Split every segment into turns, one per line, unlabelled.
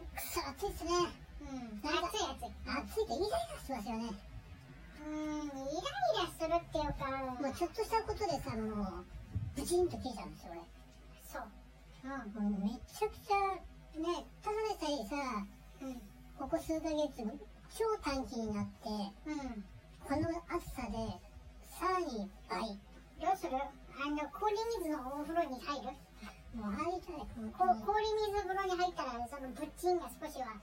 いっすね。
うん
なんか
暑い暑い
暑いってイライラしますよね。
うんイライラするっていうか
もうちょっとしたことでさ、もう、ブチンと消えちゃうんですよ、
そううん
俺。もうめちゃくちゃ、ね、ただでさえさ、
うん
ここ数ヶ月、超短期になって、
うん
この暑さで、さらに倍。
どうするあの氷水のお風呂に入る
もう入りたい、本
こ
当
う氷水風呂に入ったらそのブッチンが少しは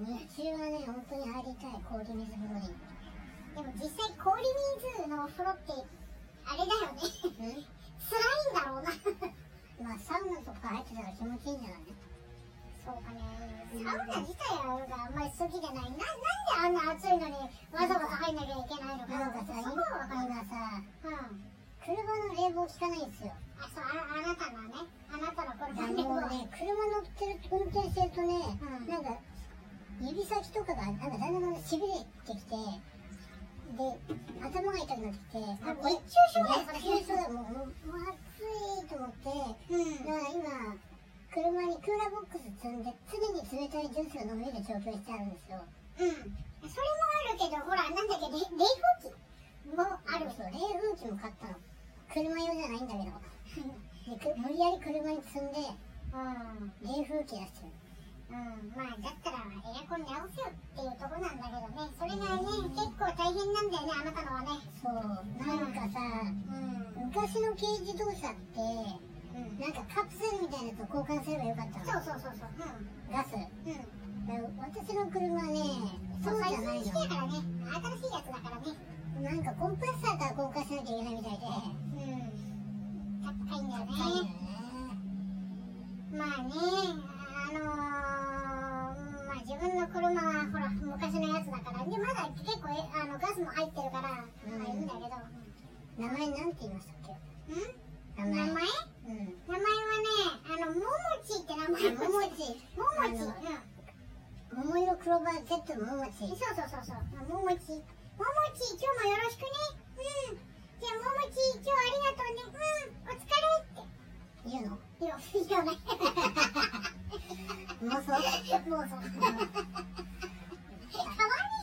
に。日中はね、本当に入りたい、氷水風呂に。
でも実際氷水のお風呂ってあれだよね辛いんだろうな
まあ、サウナとか入ってたら気持ちいいんじゃない
そうかねサウナ自体があんまり好きじゃないななんであんな暑いのにわざわざ入んなきゃいけないの
な
かなん
かさ、
そこ
今
はわかる
今さ、
うん
車の冷房効かないんですよ。
あそうああなたのねあなた
あ
の頃の
もうね、車乗ってる、運転してるとね、
うん
なんか、指先とかが、なんかだんだんだんだんしびれてきて、で、頭が痛くなってきて、
あ
あ
熱中症だよそれ
熱中症だよもう、もう、もう暑いと思って、
う
だ
ん
から今、車にクーラーボックス積んで、常に冷たいジュースが飲める状況にしてあるんですよ。
うんそれもあるけどほらなんだっけ冷冷風機もある
そう、冷風機も買ったの。車用じゃないんだ けど。でく無理やり車に積んで、
うん
冷風機出してる。
うん、まあだったらエアコン直せよっていうとこなんだけどねそれがね結構大変なんだよねあなたのはね
そう、なんかさ、
うん
昔の軽自動車って、
うん
なんかカプセルみたいなのと交換すればよかったの。
そうそうそうそうう
ガス。
んうん
だから私の車ね、
そ
そうう
最
じゃ
新
ない
式
の。
だからね新しいやつだからね
なんかコンプレッサーから交換しなきゃいけないみたいで、
うん高いんだよね
高いよね。
まあねあのーまあ自分の車はほら昔のやつだからでまだ結構えあのガスも入ってるから、
うん
まあいいんだけど
名前なんて言いましたっけ
う
名前。
ん名前
うん。
名前はねあのももちって名前
ももち
ももち、うん
桃色クローバー Z のもも
そう
ち。
そうそうそう。ももち。ももち、今日もよろしくね。うん。じゃあ、ももち、今日ありがとうね。うん。お疲れって。
言うの
いや、いやね。
妄想
もうさ。可愛い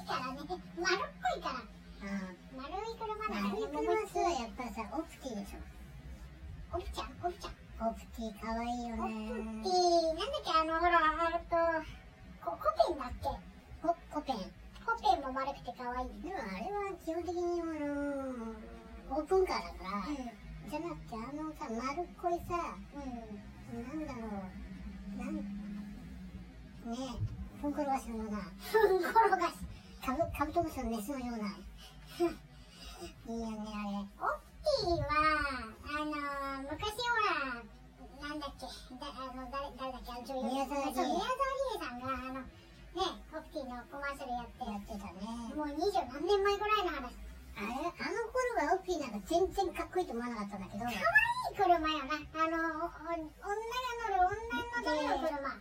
からね。丸っこいから。
うん。
丸い車だから
丸い
ね。
車
ももち
はやっぱさ、オプティでしょ。
おっちゃん、おっちゃん。
オプティかわいいよ
おっ
ね
て。なんだっけ、あの、ほら、あのと、こコペンだっけ
ココペン。
コペンも丸くて可愛い。
でもあれは基本的にあのオープンカーだから、じゃなくてあのさ、丸っこいさ、
う
なんだろう、なん、ねえ、ふんころがしのような、
ん。うん。ふんころがし。
カブカブトムシのメスのような。いいよね、
オッピーは、あのー、昔ほら、なんだっけ、だあの誰誰だっけ、あの女
宮
優
沢りえ
そう宮沢りえさんが、あの、ね、オッピーのコマーシャルやっ
あ
て、
れ。やってたね。
もう二十何年前ぐらいの話。
あれ、あの頃はオッピーなんか全然かっこいいと思わなかったんだけど、
可愛い車よな。あの、おお女が乗る女のための車。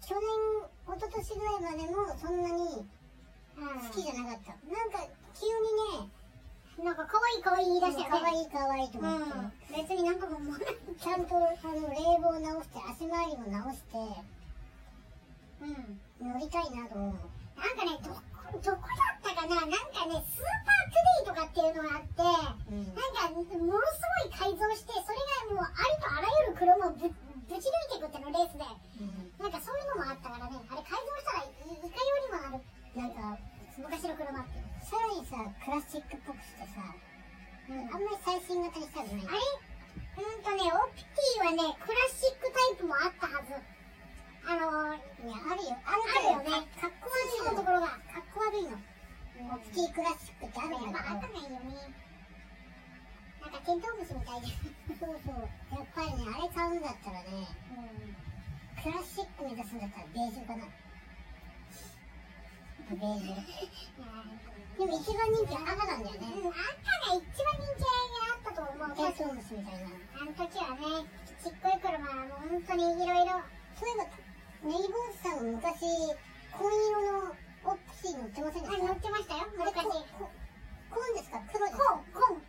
去年、一昨年ぐらいまでもそんなに
うん
好きじゃなかった。なんか、急にね、
なんか可愛い可愛い言い出した
かわ
よね。
いいかわいいと思って。
うん。別になんかもう思わない。
ちゃんとあの冷房直して足回りも直して
うん。
乗りたいなと思う
なんかね、どこ、どこだったかななんかね、スーパートゥデイとかっていうのがあっ
う
て、
ん
なんか、ものすごい改造して、それがもうありとあらゆる車をぶぶち抜いていくっていうの、レースで。
の、
なんかそういうのもあったからね、あれ改造したらいいかようにもなる。
なんか
昔の車って。
さらにさクラシックっぽくしてさ
うん
あんまり最新型にしたくない
あれうんとね、オプティはね、クラシックタイプもあったはず。あのー、
いやあるよあるけど
あるよね
かかっこ
そ
悪い
うの
の
ところが。
かっこ悪いのオプティクラシックってあ
ま
るんだ
あ、あった
け
ないよね。なんかテントウムシみたいじ
どそうそうやっぱりねあれ買うんだったらね
ゃん。うん
クラシック目指すんだったらベージュかなベージュでも一番人気は赤なんだよ
うん、赤が一番人気があ
ね
ったと思う。
テン
確か
トウムシみたいな
あの時はね、ちっこい車はもう本当にいろいろ。
そういえば、ネイボーズさんも昔、紺色のオプシー乗ってませんでした
乗ってましたよ、
あれ
昔。
ここ紺ですか黒です
こ
か
う、こう、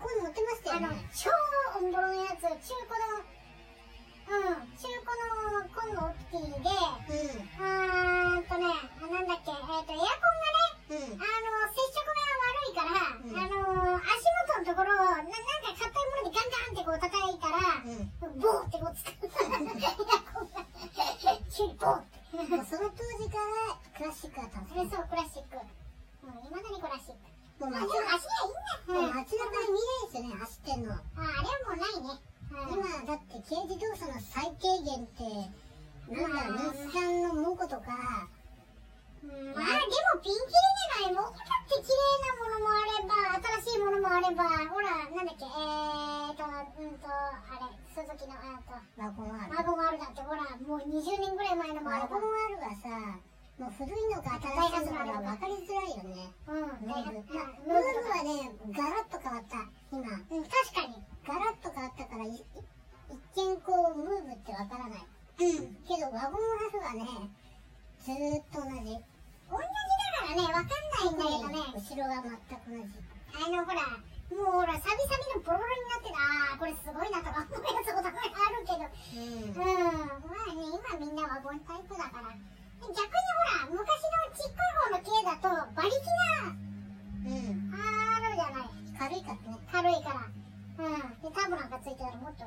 紺乗ってましたよ
あの
ね。、
超オンボロのやつ、中古の、うん、中古のコンのオプティで、
うん。
あー、
もうそ
急にボーって。
の当時からクラシックだったんです
それ
ね。
そう、クラシック。うん、いまだにクラシック。
もう
まあ、
街
でも
中、
足がいい
も
ん
う
だ。うん、あ
街中に見ないですよね、走ってんの。
あれはもうな
今だっ
いね。うん、
て軽自動車の最低限ってなんだろう日産のモコとか
うんまあ、でもピンキリじゃない。もうだって綺麗なものもあれば、新しいものもあれば、ほら、なんだっけ、えーと、うんと、あれ、鈴木の、あと、
ワゴンある
孫があるだって、ほら、もう20年ぐらい前のもあ
ワゴ
れば。
ンある
うん、
がさもう古いのか新しいのかが分かりづらいよねだ
大
いぶ
学、
まあ
う
ルー
ん
ルはねガラッと変わった今
うん、確かに。
ガラッと変わったからいい一見こうムーブって分からない
う
け
ん。
どワゴンあるはねずーっと同じ
同じだからね、わかんないんだけどね。
後ろが全く同じ
あのほら、もうほら、サビサビのボロボロになってた、あーこれすごいなとか思うやつことがあるけど、う
うん
ん、まあね、今みんなワゴンタイプだから。逆にほら、昔のちっこい方の系だと、馬力が
うん
あるじゃない。
軽いからね
軽いから。うん。で、ターボなんかついてたらもっと。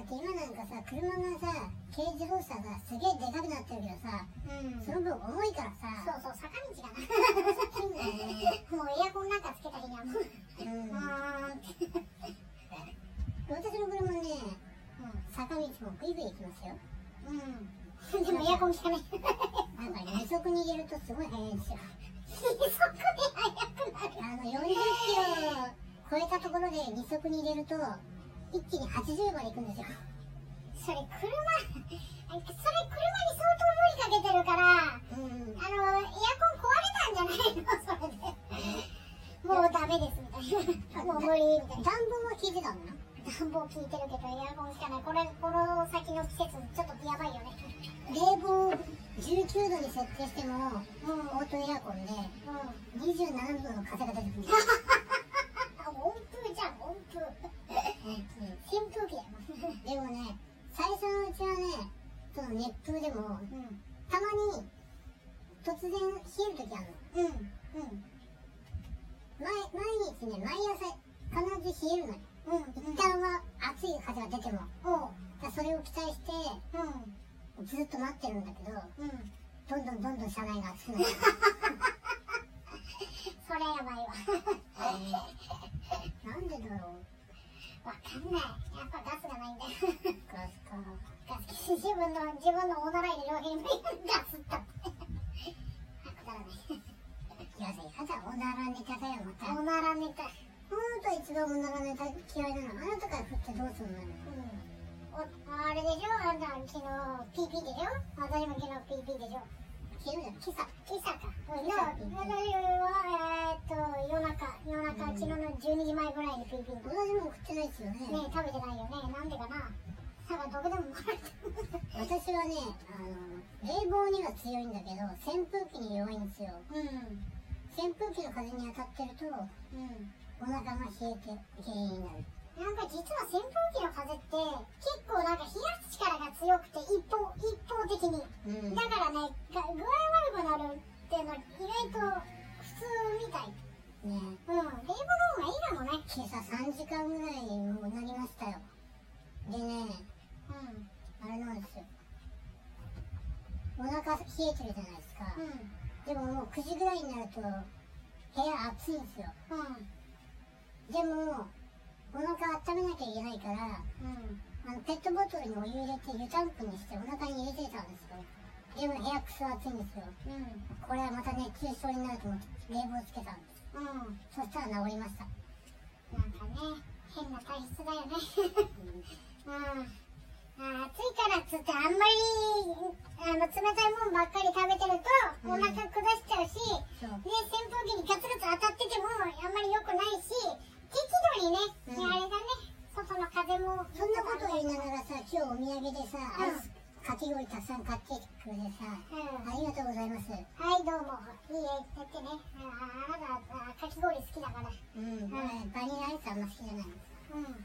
だって今なんかさ車がさ軽自動車がすげえでかくなってるけどさ
ん
そ
そ
の分重いからさ
うそう、坂道だ
そうだ
な。
ね
もうエアコンなんかつけた日にはも
うん
う、うーんって。
私の車ね
う
坂道もグイグイ行きますよ
ん。うん。でもエアコン効かない。
だから2速に入れるとすごい速いんですよ
そこで速くなる。
あの40キロ超えたところで2速に入れると一気に80まで行くんですよ
それ車、それ車に相当無理かけてるから、あ
うん
の、エアコン壊れたんじゃないのそれで。もうダメですみたいな。もう無理みたい
暖
な。
房は効いてたのな
暖房効いてるけどエアコンしかない。これ、この先の季節、ちょっとやばいよね。
冷房19度に設定しても
うん、うん。
オートエアコンで27度の風が出てくるんですよ
温風じゃん、温風。扇風機だよ。
でもね、最初のうちはね、その熱風でも、
うん。
たまに突然冷えるときあるの。
うん。うん。
毎毎日ね、毎朝必ず冷えるのよ。
うん。
一旦は暑い風が出ても。
おう。
だそれを期待して、
うん。
ずっと待ってるんだけど、
うん。
どんどんどんどん車内が暑くなる。な
それやばいわ。
んでだろう。
わかんない。やっぱガスがないんだよ。
ガスか。
ガス自分の、自分のおなら入れるわけにもいかない。ガスだって。くだらない
やだ、やだ、おならネタだよ、また。ほ
お
ん
ならネタ。
と一番おならネタ嫌いなの。あなたから振ってどうすんのよ。
おあれでしょあんた昨日 PP でしょ私も昨日 PP でしょ
消えるじゃん、今朝。
今朝か。うんだから私は、えーっと、夜中、夜中、昨日の12時前ぐらいに PP で。ね
私も食ってないですよね。
食べてないよね。なんでかな。なんかどこでも来られた。
私はねあの冷房には強いんだけど扇風機に弱いんですよ
うん。
扇風機の風に当たってると
うん。
お腹が冷えて原因になる
なんか実は扇風機の風って結構なんか冷やす力が強くて一方一方的に
うん
だからねが具合悪くなるっていうのは意外と普通みたい
ね
うん冷房の方がいいかもね
今朝3時間ぐらいもうなりましたよでねあれなんですよお腹冷えてるじゃないですか
うん
でももう9時ぐらいになると部屋暑いんですよ
うん
でもお腹温めなきゃいけないから
うんうん
あのペットボトルにお湯入れて湯たんぽにしてお腹に入れてたんですよでも部屋クソ暑いんですよ
う
これはまた熱中症になると思って冷房つけたんです
んうん
そしたら治りました
なんかね変な体質だよねうんあー暑いからっつってあんまりあの冷たいもんばっかり食べてるとお腹下しちゃうし、
そう
で、扇風機にガツガツ当たっててもあんまり良くないし、適度
うん
にね、あれだね、外の風も。
そんなこと言いながらさ今日お土産でさ
うん
アイスかき氷たくさん買ってきてくれてさあ
うん。はい、
りがとうございます
どうも。いいえ、やってね。ああなた、あかき氷好きだから。
うん、俺バニラアイスあんま好きじゃない
うん。